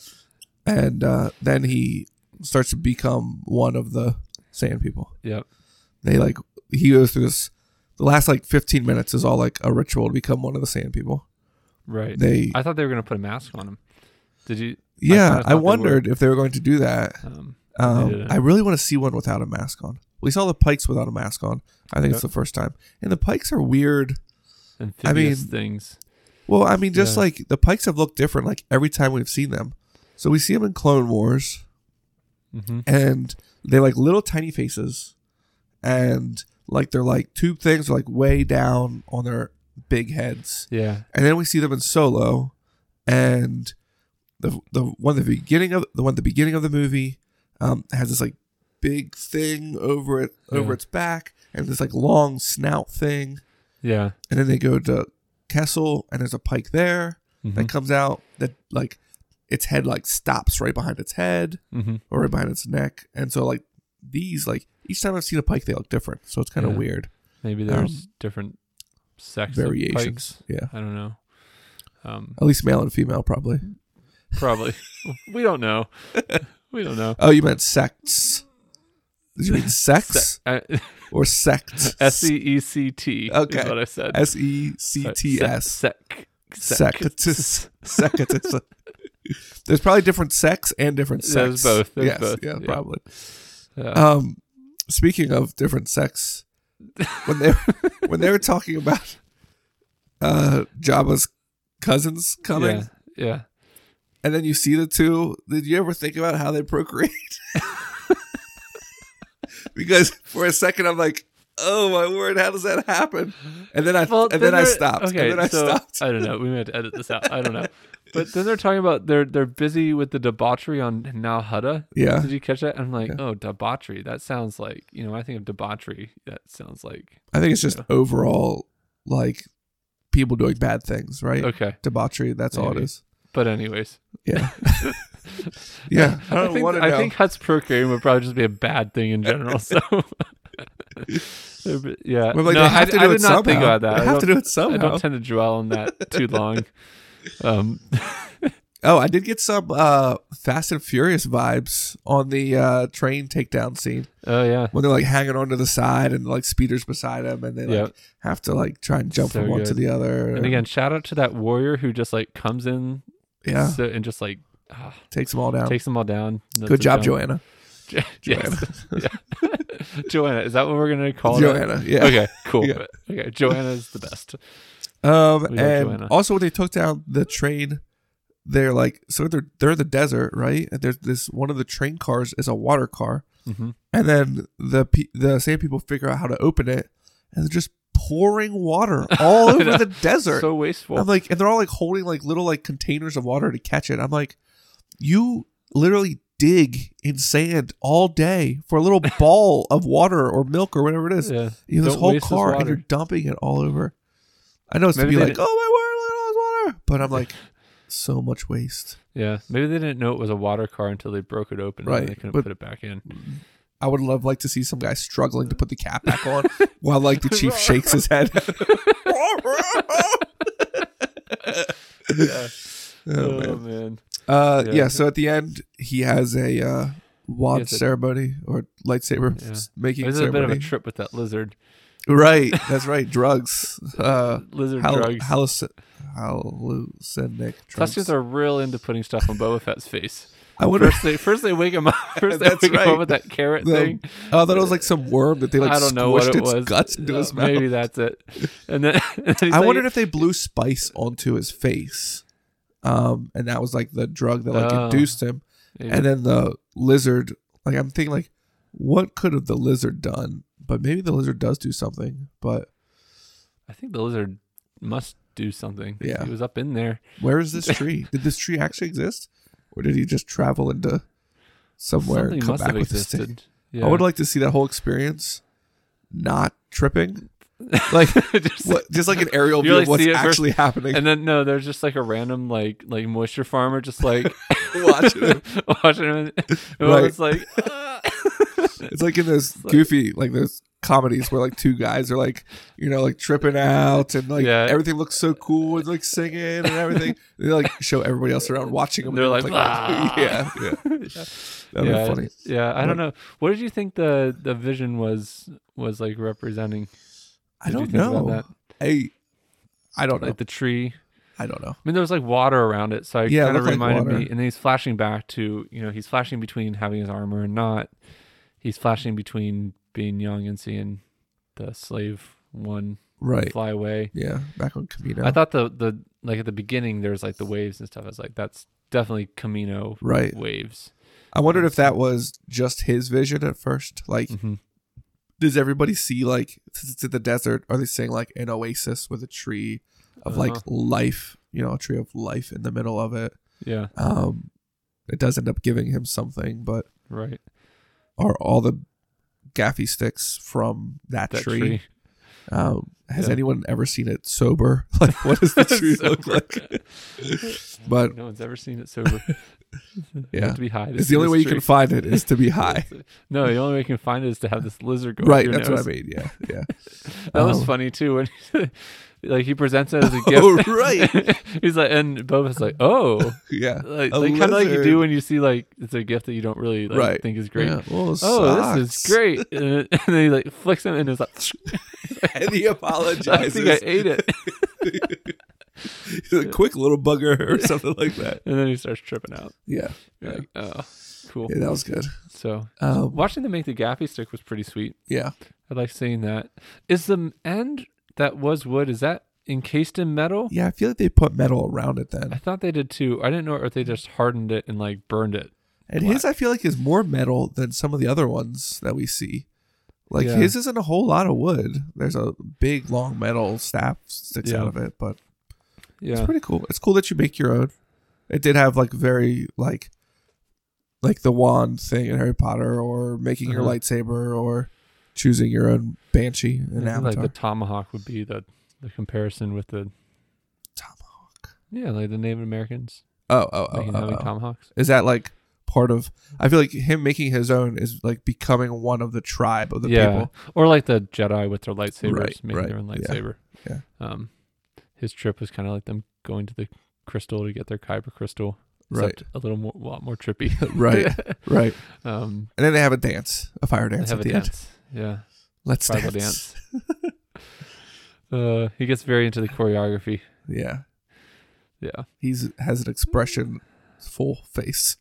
S1: and uh, then he starts to become one of the sand people.
S2: Yep.
S1: They like he goes through this. The last like 15 minutes is all like a ritual to become one of the sand people.
S2: Right.
S1: They-
S2: I thought they were going to put a mask on him. Did you?
S1: Yeah,
S2: kinda thought
S1: I,
S2: they were.
S1: wondered if they were going to do that.
S2: Um,
S1: Um,
S2: didn't.
S1: I really want to see one without a mask on. We saw the Pikes without a mask on. I think it's the first time. And the Pikes are weird.
S2: amphibious
S1: I mean-
S2: things.
S1: Well, I mean, just
S2: Yeah.
S1: like the Pikes have looked different like every time we've seen them. So we see them in Clone Wars,
S2: Mhm.
S1: and they like little tiny faces, and like they're like tube things are like way down on their big heads.
S2: Yeah.
S1: And then we see them in Solo, and the the one at the beginning of the one at the beginning of the movie um, has this like big thing over it over
S2: Yeah.
S1: its back, and this like long snout thing.
S2: Yeah.
S1: And then they go to Kessel, and there's a pike there
S2: Mm-hmm.
S1: that comes out that like its head like stops right behind its head
S2: Mhm.
S1: or right behind its neck, and so like these like each time I've seen a pike, they look different, so it's kind of
S2: Yeah.
S1: weird.
S2: Maybe there's different sex variations.
S1: um, Variations, yeah.
S2: I don't know. Um,
S1: At least male and female, probably. [LAUGHS]
S2: probably. [LAUGHS] we don't know. We don't know.
S1: Oh, you meant sects. Did you
S2: [LAUGHS]
S1: mean sex or sect?
S2: uh, S e e c t.
S1: Okay.
S2: Is what I said.
S1: S E C T S.
S2: Sec.
S1: Sectus. Sectus. [LAUGHS] There's probably different sex and different sex.
S2: There's both. There's
S1: yes,
S2: both.
S1: Yeah,
S2: Yeah.
S1: probably.
S2: Yeah.
S1: Um, speaking of different sex, when they when they were [LAUGHS] talking about uh Jabba's cousins coming,
S2: Yeah. Yeah.
S1: and then you see the two, did you ever think about [LAUGHS] how they procreate? because for a second, I'm like, oh my word, how does that happen? And then I
S2: Well,
S1: and then, I
S2: they're-
S1: stopped.
S2: Okay,
S1: and then I
S2: so,
S1: stopped.
S2: I don't know. We may have to edit this out. I don't
S1: [LAUGHS]
S2: know. But then they're talking about they're they're busy with the debauchery on Now Hutta.
S1: Yeah.
S2: Did you catch that? I'm like, oh, debauchery. That sounds like you know. When I think of debauchery. That sounds like
S1: I think it's just overall like people doing bad things, right?
S2: okay.
S1: Debauchery, that's all it
S2: Maybe.
S1: is.
S2: But anyways, [LAUGHS]
S1: Yeah. [LAUGHS] yeah. I don't
S2: think
S1: want to
S2: I
S1: know.
S2: think Hut's procuring would probably just be a bad thing in
S1: [LAUGHS]
S2: general. So. But, yeah,
S1: But, like,
S2: no,
S1: they have
S2: I,
S1: to do
S2: I
S1: it
S2: did not think
S1: somehow.
S2: about that.
S1: They
S2: I
S1: have to
S2: don't-
S1: do it
S2: I
S1: somehow.
S2: don't tend to dwell on
S1: [LAUGHS]
S2: that too long. Um,
S1: oh, I did get some uh Fast and Furious vibes on the uh train takedown scene
S2: oh yeah,
S1: when they're like hanging onto the side and like speeders beside them and they like
S2: Yep.
S1: have to like try and jump
S2: So
S1: from one to
S2: good.
S1: the other.
S2: And again, shout out to that warrior who just like comes in
S1: yeah,
S2: so, and just like ah,
S1: takes them all down.
S2: takes them all down. That's
S1: Good
S2: a
S1: job,
S2: dumb-
S1: Joanna.
S2: Jo- [LAUGHS]
S1: [LAUGHS]
S2: yes. Yeah. Joanna, is that what we're gonna call that?
S1: Joanna, yeah.
S2: Okay, cool.
S1: [LAUGHS] Yeah.
S2: Okay, Joanna is the best.
S1: Um,
S2: We
S1: and
S2: got Joanna.
S1: also when they took down the train, they're like, so they're they're in the desert, right? And there's this one of the train cars is a water car,
S2: Mhm.
S1: and then the pe- the same people figure out how to open it, and they're just pouring water all
S2: [LAUGHS] I
S1: over
S2: know.
S1: the desert.
S2: So wasteful.
S1: I'm like, and they're all like holding like little like containers of water to catch it. I'm like, you literally dig in sand all day for a
S2: [LAUGHS]
S1: little ball of water or milk or whatever it is.
S2: yeah.
S1: You have this
S2: Don't
S1: whole
S2: waste this
S1: car and
S2: water.
S1: you're dumping it all over. I know it's to
S2: Maybe
S1: be
S2: they
S1: like,
S2: didn't-
S1: oh my word, look at all this water. But I'm like, so much waste.
S2: yeah. Maybe they didn't know it was a water car until they broke it open
S1: Right,
S2: and they couldn't
S1: but-
S2: put it back in.
S1: I would love like to see some guy struggling to put the cap back
S2: [LAUGHS]
S1: on while like the chief shakes his head. [LAUGHS]
S2: Oh,
S1: Oh, man.
S2: man.
S1: Uh, yeah.
S2: Yeah.
S1: So at the end, he has a uh, wand
S2: Yes, it-
S1: ceremony or lightsaber
S2: Yeah.
S1: s- making
S2: This is a bit
S1: ceremony.
S2: of a trip with that lizard.
S1: right. That's right.
S2: [LAUGHS]
S1: Drugs. Uh,
S2: Lizard
S1: hal-
S2: drugs.
S1: halluc- hallucinogenic drugs.
S2: Tuskers are real into putting stuff on Boba Fett's face.
S1: I wonder.
S2: First they first they wake him up.
S1: [LAUGHS]
S2: First they
S1: That's
S2: wake him
S1: right.
S2: up with that carrot
S1: The-
S2: [LAUGHS] thing.
S1: Oh, I thought it was like some worm that they like
S2: I don't know what
S1: squished
S2: it
S1: its
S2: was.
S1: guts into
S2: Uh,
S1: his mouth.
S2: Maybe that's it. And then, [LAUGHS] and then he's
S1: I
S2: like-
S1: wondered if they blew spice onto his face, um, and that was like the drug that like
S2: Oh.
S1: induced him.
S2: maybe.
S1: And then the lizard, like I'm thinking, like what could have the lizard done? But maybe the lizard does do something. But
S2: I think the lizard must do something.
S1: Yeah.
S2: he was up in there.
S1: where is
S2: [LAUGHS]
S1: this tree? did this tree actually exist, or did he just travel into somewhere
S2: something
S1: and come
S2: must
S1: back
S2: have
S1: with this
S2: existed.
S1: thing?
S2: Yeah.
S1: I would like to see that whole experience, not
S2: [LAUGHS]
S1: tripping, like
S2: Just-
S1: what, just like an aerial
S2: You
S1: view of
S2: really
S1: what's
S2: see it first,
S1: actually happening.
S2: And then no, there's just like a random like like moisture farmer just
S1: [LAUGHS]
S2: like [LAUGHS]
S1: Watching him.
S2: watching him. [LAUGHS] And
S1: Right. [LAUGHS]
S2: It's like [LAUGHS] ah.
S1: It's like in those goofy, like those comedies where like two guys are like, you know, like tripping out and like
S2: Yeah.
S1: everything looks so cool and like singing and everything.
S2: [LAUGHS]
S1: they like show everybody else around watching them. and
S2: They're
S1: it's
S2: like, "Ah."
S1: [LAUGHS] yeah, yeah. That'd
S2: yeah,
S1: be funny.
S2: yeah. I don't know. What did you think the the vision was was like representing?
S1: I
S2: Did you
S1: don't
S2: think about
S1: know.
S2: that?
S1: I, I don't know.
S2: Like the tree.
S1: I don't know.
S2: I mean, there was like water around it, so I
S1: Yeah, it
S2: kind of
S1: looked like
S2: reminded
S1: water.
S2: me. And then he's flashing back to you know he's flashing between having his armor and not. He's flashing between being young and seeing the slave one
S1: Right.
S2: fly away.
S1: Yeah. Back on Camino.
S2: I thought the the like at the beginning there's like the waves and stuff. I was like, that's definitely Camino
S1: Right.
S2: waves.
S1: I wondered if that was just his vision at first. Like,
S2: Mhm.
S1: does everybody see like since it's in the desert? Are they seeing like an oasis with a tree of like
S2: Uh-huh.
S1: life? You know, a tree of life in the middle of it.
S2: [LAUGHS] Yeah,
S1: Um, it does end up giving him something, but
S2: right.
S1: are all the gaffy sticks from that,
S2: That
S1: tree?
S2: tree.
S1: Um, has
S2: Yeah.
S1: anyone ever seen it sober? [LAUGHS] Like, what
S2: [LAUGHS]
S1: does the tree look
S2: Sober.
S1: like? but
S2: No one's ever seen
S1: [LAUGHS]
S2: it sober. You
S1: Uh, Yeah.
S2: have to be high. to
S1: it's
S2: see
S1: the only
S2: this
S1: way you
S2: tree.
S1: can find it is to be
S2: [LAUGHS]
S1: high.
S2: No, the only way you can find it is to have this lizard go up
S1: right,
S2: your
S1: that's
S2: nose.
S1: what I mean.
S2: [LAUGHS]
S1: Yeah, yeah.
S2: That was
S1: Um,
S2: funny too when like he [LAUGHS] presents it
S1: [LAUGHS]
S2: as a gift. [LAUGHS]
S1: Oh, right.
S2: He's like and Boba's like, "Oh."
S1: Yeah,
S2: Like,
S1: A
S2: like kind of like you
S1: lizard.
S2: do when you see like it's a gift that you don't really like,
S1: Right.
S2: think is great.
S1: Yeah. Well, it
S2: Oh, this is
S1: sucks.
S2: great. [LAUGHS] And, it- and then he like flicks him and is like,
S1: [LAUGHS]
S2: [LAUGHS]
S1: and he
S2: I
S1: apologizes.
S2: think I ate it.
S1: [LAUGHS] He's a quick little bugger
S2: [LAUGHS]
S1: or something like that.
S2: And then he starts tripping out.
S1: Yeah,
S2: You're
S1: yeah,
S2: like, oh, cool.
S1: Yeah, that was good.
S2: So
S1: Um,
S2: watching them make the gaffy stick was pretty sweet.
S1: yeah,
S2: I like seeing that. Is the end that was wood, is that encased in metal?
S1: yeah. I feel like they put metal around it
S2: I
S1: then,
S2: thought they did too. I didn't know if they just hardened it and like burned it.
S1: and his I feel like is more metal than some of the other ones that we see. Like
S2: Yeah.
S1: his isn't a whole lot of wood. There's a big long metal staff sticks
S2: Yeah.
S1: out of it, but
S2: Yeah.
S1: it's pretty cool. It's cool that you make your own. It did have like very like like the wand thing in Harry Potter, or making your
S2: Uh-huh.
S1: lightsaber, or choosing your own banshee in
S2: Yeah, like
S1: Avatar.
S2: the tomahawk would be the the comparison with the
S1: tomahawk.
S2: yeah, like the Native Americans
S1: Oh, oh, oh,
S2: making,
S1: oh,
S2: having
S1: oh.
S2: tomahawks.
S1: Is that like part of? I feel like him making his own is like becoming one of the tribe of the
S2: yeah,
S1: people.
S2: or like the Jedi with their lightsabers,
S1: Right,
S2: making
S1: right,
S2: their own
S1: yeah,
S2: lightsaber.
S1: yeah.
S2: Um, his trip was kind of like them going to the crystal to get their kyber crystal,
S1: Right.
S2: except a little more, lot more trippy.
S1: [LAUGHS]
S2: [LAUGHS]
S1: Right, right.
S2: um,
S1: And then they have a dance, a fire
S2: they
S1: dance
S2: have
S1: at
S2: a
S1: the end.
S2: dance. Yeah.
S1: Let's
S2: Tribal
S1: dance.
S2: dance.
S1: [LAUGHS]
S2: uh, he gets very into the choreography.
S1: Yeah,
S2: Yeah.
S1: he's has an expression, full face,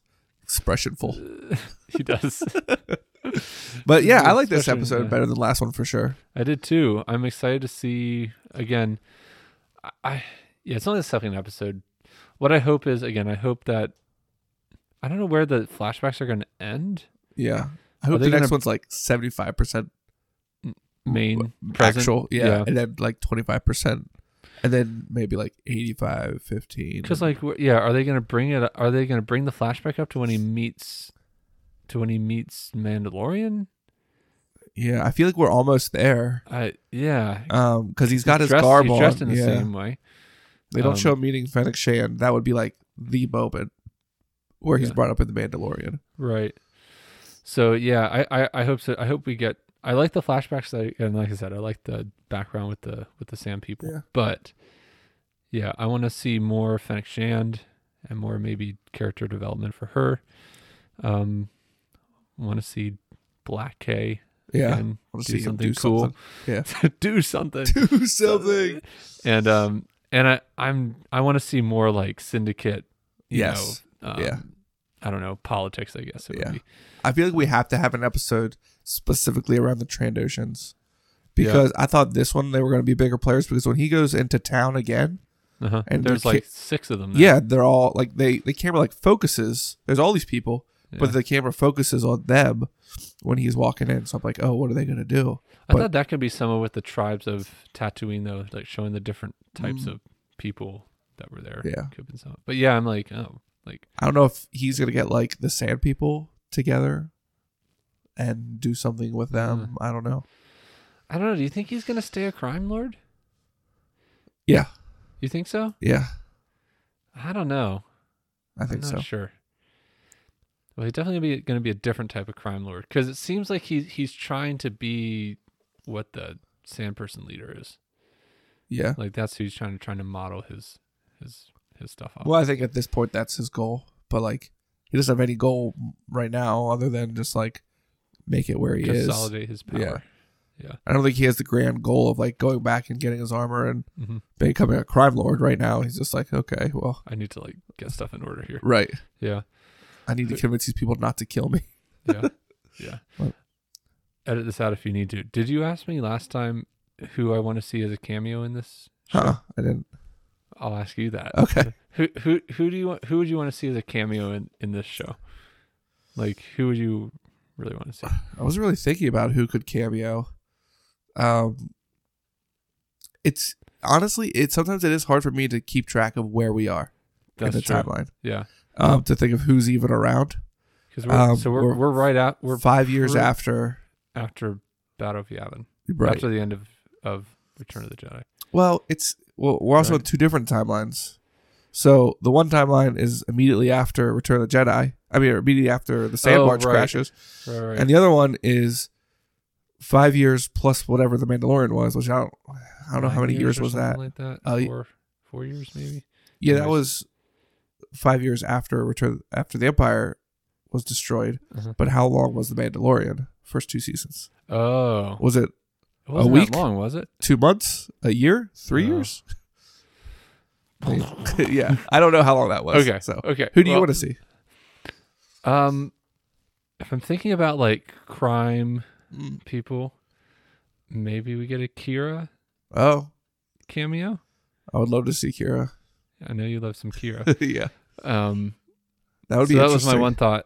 S1: expressionful.
S2: He does.
S1: [LAUGHS] But yeah, I like this
S2: Expression,
S1: episode
S2: yeah.
S1: better than the last one for sure.
S2: I did too. I'm excited to see again. I, I yeah, it's only the second episode. What I hope is again, I hope that I don't know where the flashbacks are going to end.
S1: Yeah, I
S2: Are
S1: hope
S2: they
S1: the next
S2: gonna-
S1: one's like seventy five percent
S2: Main present.
S1: actual. Yeah, and then like twenty five percent, and then maybe like 85, 15.
S2: because like wh- yeah, are they going to bring it? Are they going to bring the flashback up to when he meets to when he meets Mandalorian?
S1: yeah, I feel like we're almost there.
S2: I yeah.
S1: Um, because he's got his
S2: dressed,
S1: garb
S2: he's
S1: on.
S2: dressed in the
S1: yeah.
S2: same way.
S1: They don't
S2: Um,
S1: show him meeting Fennec Shan. That would be like the moment where he's
S2: Yeah.
S1: brought up in the Mandalorian.
S2: Right. So yeah, I, I, I hope so. I hope we get. I like the flashbacks. That, and like I said, I like the background with the with the Sam people.
S1: Yeah.
S2: But yeah, I want to see more Fennec Shand and more maybe character development for her. Um, want to see Black K.
S1: Yeah,
S2: and
S1: wanna
S2: do
S1: see him
S2: something
S1: do
S2: cool.
S1: something. Yeah.
S2: [LAUGHS]
S1: [LAUGHS]
S2: do something.
S1: do [LAUGHS] something.
S2: And um, and I I'm I want to see more like Syndicate. You
S1: Yes.
S2: Know, um,
S1: Yeah.
S2: I don't know politics. I guess it would
S1: Yeah.
S2: be.
S1: I feel like we have to have an episode specifically around the Trandoshans because I thought this one they were going to be bigger players because when he goes into town again,
S2: Uh-huh.
S1: And
S2: And
S1: the
S2: there's
S1: ki-
S2: like six of them. Now.
S1: yeah, they're all like they the camera like focuses. There's all these people,
S2: Yeah.
S1: but the camera focuses on them when he's walking in. So I'm like, oh, what are they going to do?
S2: I
S1: But-
S2: thought that could be someone with the tribes of Tatooine, though, like showing the different types of people that were there.
S1: Mm. Yeah.
S2: Could have been some. But yeah, I'm like, oh, like,
S1: I don't know if he's gonna get like the sand people together and do something with
S2: Hmm.
S1: them. I don't know.
S2: I don't know. Do you think he's going to stay a crime lord?
S1: Yeah,
S2: You think so?
S1: yeah,
S2: I don't know.
S1: I think
S2: I'm
S1: so.
S2: not sure. Well, he's definitely going to be a different type of crime lord because it seems like he's he's trying to be what the sand person leader is.
S1: Yeah.
S2: Like that's who he's trying to trying to model his his his stuff off.
S1: Well, I think at this point that's his goal, but like he doesn't have any goal right now other than just like make it where he is.
S2: Consolidate his power.
S1: Yeah. I don't think he has the grand goal of like going back and getting his armor and
S2: Mhm.
S1: becoming a crime lord right now. He's just like, okay, well,
S2: I need to like get stuff in order
S1: [LAUGHS]
S2: here.
S1: right.
S2: Yeah,
S1: I need to convince these people not to kill me.
S2: yeah,
S1: [LAUGHS]
S2: yeah. Edit this out if you need to. Did you ask me last time who I want to see as a cameo in this? show?
S1: Huh? I didn't.
S2: I'll ask you that.
S1: Okay.
S2: Who who who do you want? Who would you want to see as a cameo in in this show? Like who would you really want to
S1: [SIGHS]
S2: see?
S1: I was really thinking about who could cameo. Um, it's honestly, it sometimes it is hard for me to keep track of where we are
S2: That's
S1: in the
S2: true.
S1: timeline.
S2: Yeah,
S1: Um, to think of who's even around.
S2: because we're
S1: Um,
S2: so we're,
S1: we're
S2: we're right out we're
S1: five years
S2: pretty-
S1: after,
S2: after Battle of Yavin
S1: right?
S2: after the end of of Return of the Jedi.
S1: well, it's well, we're also
S2: Right.
S1: on two different timelines. So the one timeline is immediately after Return of the Jedi. I mean, immediately after the sand
S2: Oh,
S1: barge
S2: right.
S1: crashes,
S2: Right, right.
S1: and the other one is five years plus whatever the Mandalorian was, which I don't, I don't know how
S2: Nine
S1: many years,
S2: or
S1: was
S2: something
S1: that.
S2: Like that.
S1: Uh, y-
S2: four four years maybe.
S1: Yeah, that
S2: Nice.
S1: was five years after Return after the Empire was destroyed.
S2: Uh-huh.
S1: But how long was the Mandalorian? First two seasons.
S2: Oh,
S1: Was it
S2: It wasn't
S1: week?
S2: that long, was it?
S1: two months? A year? Three
S2: No. [LAUGHS]
S1: years? [LAUGHS] yeah, I don't know how long that was.
S2: Okay,
S1: so
S2: okay.
S1: who do you
S2: Well-
S1: want to see?
S2: Um, if I'm thinking about like crime
S1: Mm.
S2: people, maybe we get a Kira
S1: Oh,
S2: cameo.
S1: I would love to see
S2: [LAUGHS]
S1: Kira.
S2: I know you love
S1: [LAUGHS]
S2: some Kira.
S1: yeah,
S2: Um,
S1: that would
S2: so
S1: be
S2: that was my one thought.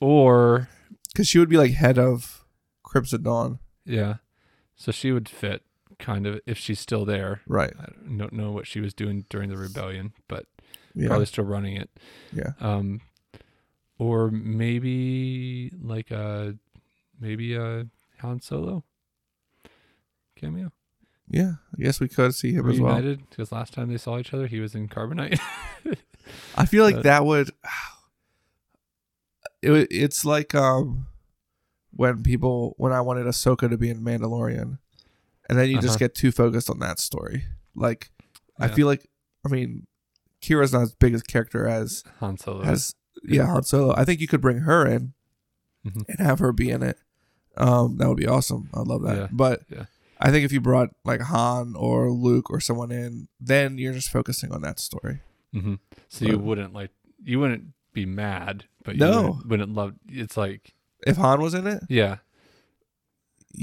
S2: Or
S1: because she would be like head of Crimson Dawn.
S2: Yeah. So she would fit kind of if she's still there.
S1: Right.
S2: I don't know what she was doing during the rebellion, but
S1: Yeah.
S2: probably still running it.
S1: Yeah.
S2: Um, or maybe like a maybe a Han Solo cameo
S1: Yeah. I guess we could see him as well.
S2: reunited because last time they saw each other, he was in carbonite. [LAUGHS]
S1: I feel like
S2: But-
S1: that would. [SIGHS] It, would- it's like um, when people when I wanted Ahsoka to be in Mandalorian, and then you
S2: Uh-huh.
S1: just get too focused on that story. Like, I
S2: Yeah.
S1: feel like I mean, Kira's not as big a character as
S2: Han Solo.
S1: as yeah Han Solo. I think you could bring her in
S2: Mhm.
S1: and have her be in it. Um, that would be awesome. I'd love that.
S2: Yeah.
S1: But
S2: Yeah.
S1: I think if you brought like Han or Luke or someone in, then you're just focusing on that story.
S2: hmm So you
S1: But-
S2: wouldn't like you wouldn't be mad, but you
S1: No.
S2: wouldn't, wouldn't love. It's like
S1: If Han was in it,
S2: yeah,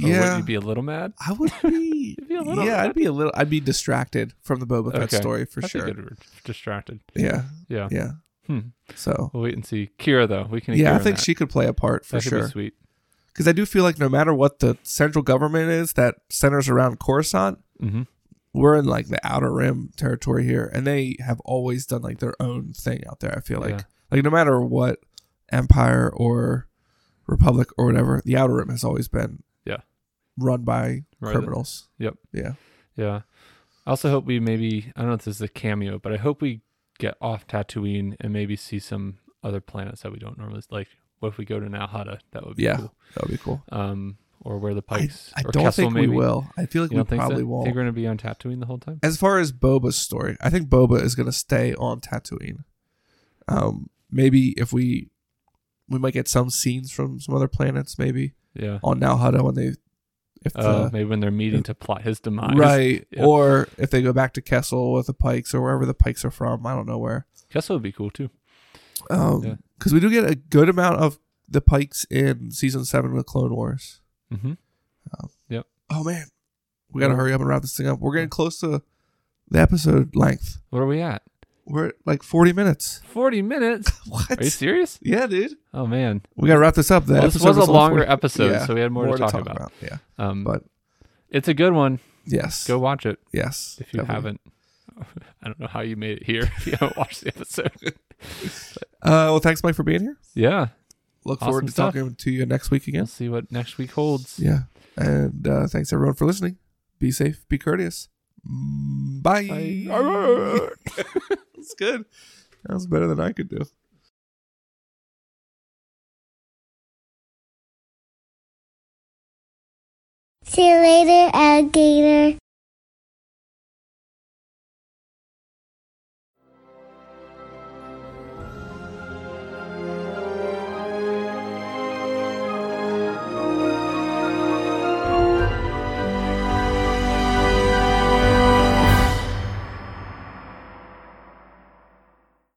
S2: Or would
S1: yeah,
S2: you be a little mad?
S1: I would be.
S2: [LAUGHS] You'd be a little
S1: yeah, I'd be a little. I'd be distracted from the Boba Fett
S2: Okay.
S1: story for
S2: That'd be
S1: sure.
S2: good. We're distracted.
S1: Yeah,
S2: Yeah.
S1: yeah.
S2: Hmm.
S1: So
S2: We'll wait and see. Kira though, we can. get
S1: yeah,
S2: her
S1: I
S2: in
S1: think
S2: that.
S1: she could play a part for
S2: that Could
S1: sure.
S2: be sweet.
S1: Because I do feel like no matter what the central government is that centers around Coruscant,
S2: Mm-hmm.
S1: we're in like the outer rim territory here, and they have always done like their own thing out there. I feel like
S2: Yeah.
S1: like no matter what empire or republic or whatever, the outer rim has always been
S2: Yeah.
S1: run by
S2: Right.
S1: criminals.
S2: Yep.
S1: Yeah.
S2: Yeah. I also hope we maybe I don't know if this is a cameo, but I hope we get off Tatooine and maybe see some other planets that we don't normally like. What if we go to Nalhada? That would be
S1: Yeah,
S2: cool.
S1: that would be cool.
S2: Um, or where the
S1: I,
S2: Pikes
S1: I
S2: or
S1: don't
S2: Kessel
S1: think
S2: maybe.
S1: we will. I feel like
S2: You
S1: we
S2: don't think
S1: probably
S2: so?
S1: won't.
S2: Think we're gonna be on Tatooine the whole time?
S1: as far as Boba's story, I think Boba is going to stay on Tatooine. Um, maybe if we we might get some scenes from some other planets, maybe
S2: Yeah.
S1: on Nalhada when they if
S2: Uh,
S1: the,
S2: maybe when they're meeting to plot his demise.
S1: right
S2: Yeah.
S1: or if they go back to Kessel with the Pikes or wherever the Pikes are from, I don't know where.
S2: Kessel would be cool too.
S1: Um 'cause
S2: Yeah.
S1: because we do get a good amount of the Pikes in season seven with Clone Wars.
S2: Mm-hmm.
S1: Oh man, we got to hurry up and wrap this thing up. We're getting close to the episode length.
S2: What are we at?
S1: We're at like forty minutes.
S2: Forty minutes?
S1: [LAUGHS] What?
S2: Are you serious?
S1: Yeah, dude.
S2: Oh man.
S1: We gotta wrap this up. The
S2: Well, this
S1: episode
S2: was a
S1: only
S2: longer
S1: 40
S2: episode, so we had more to talk about.
S1: Yeah,
S2: Um
S1: but
S2: it's a good one.
S1: yes,
S2: Go watch it.
S1: yes.
S2: if you
S1: definitely.
S2: haven't [LAUGHS] i don't know how you made it here [LAUGHS] if you haven't watched the episode
S1: uh, well, thanks, Mike, for being here.
S2: yeah
S1: Look
S2: Awesome
S1: forward to
S2: stuff.
S1: talking to you next week
S2: we'll
S1: again.
S2: see what next week holds
S1: Yeah, and uh, thanks everyone for listening. Be safe. Be courteous. Mm, Bye.
S2: Bye. [LAUGHS]
S1: [LAUGHS] That's good. That was better than I could do.
S3: See you later, alligator.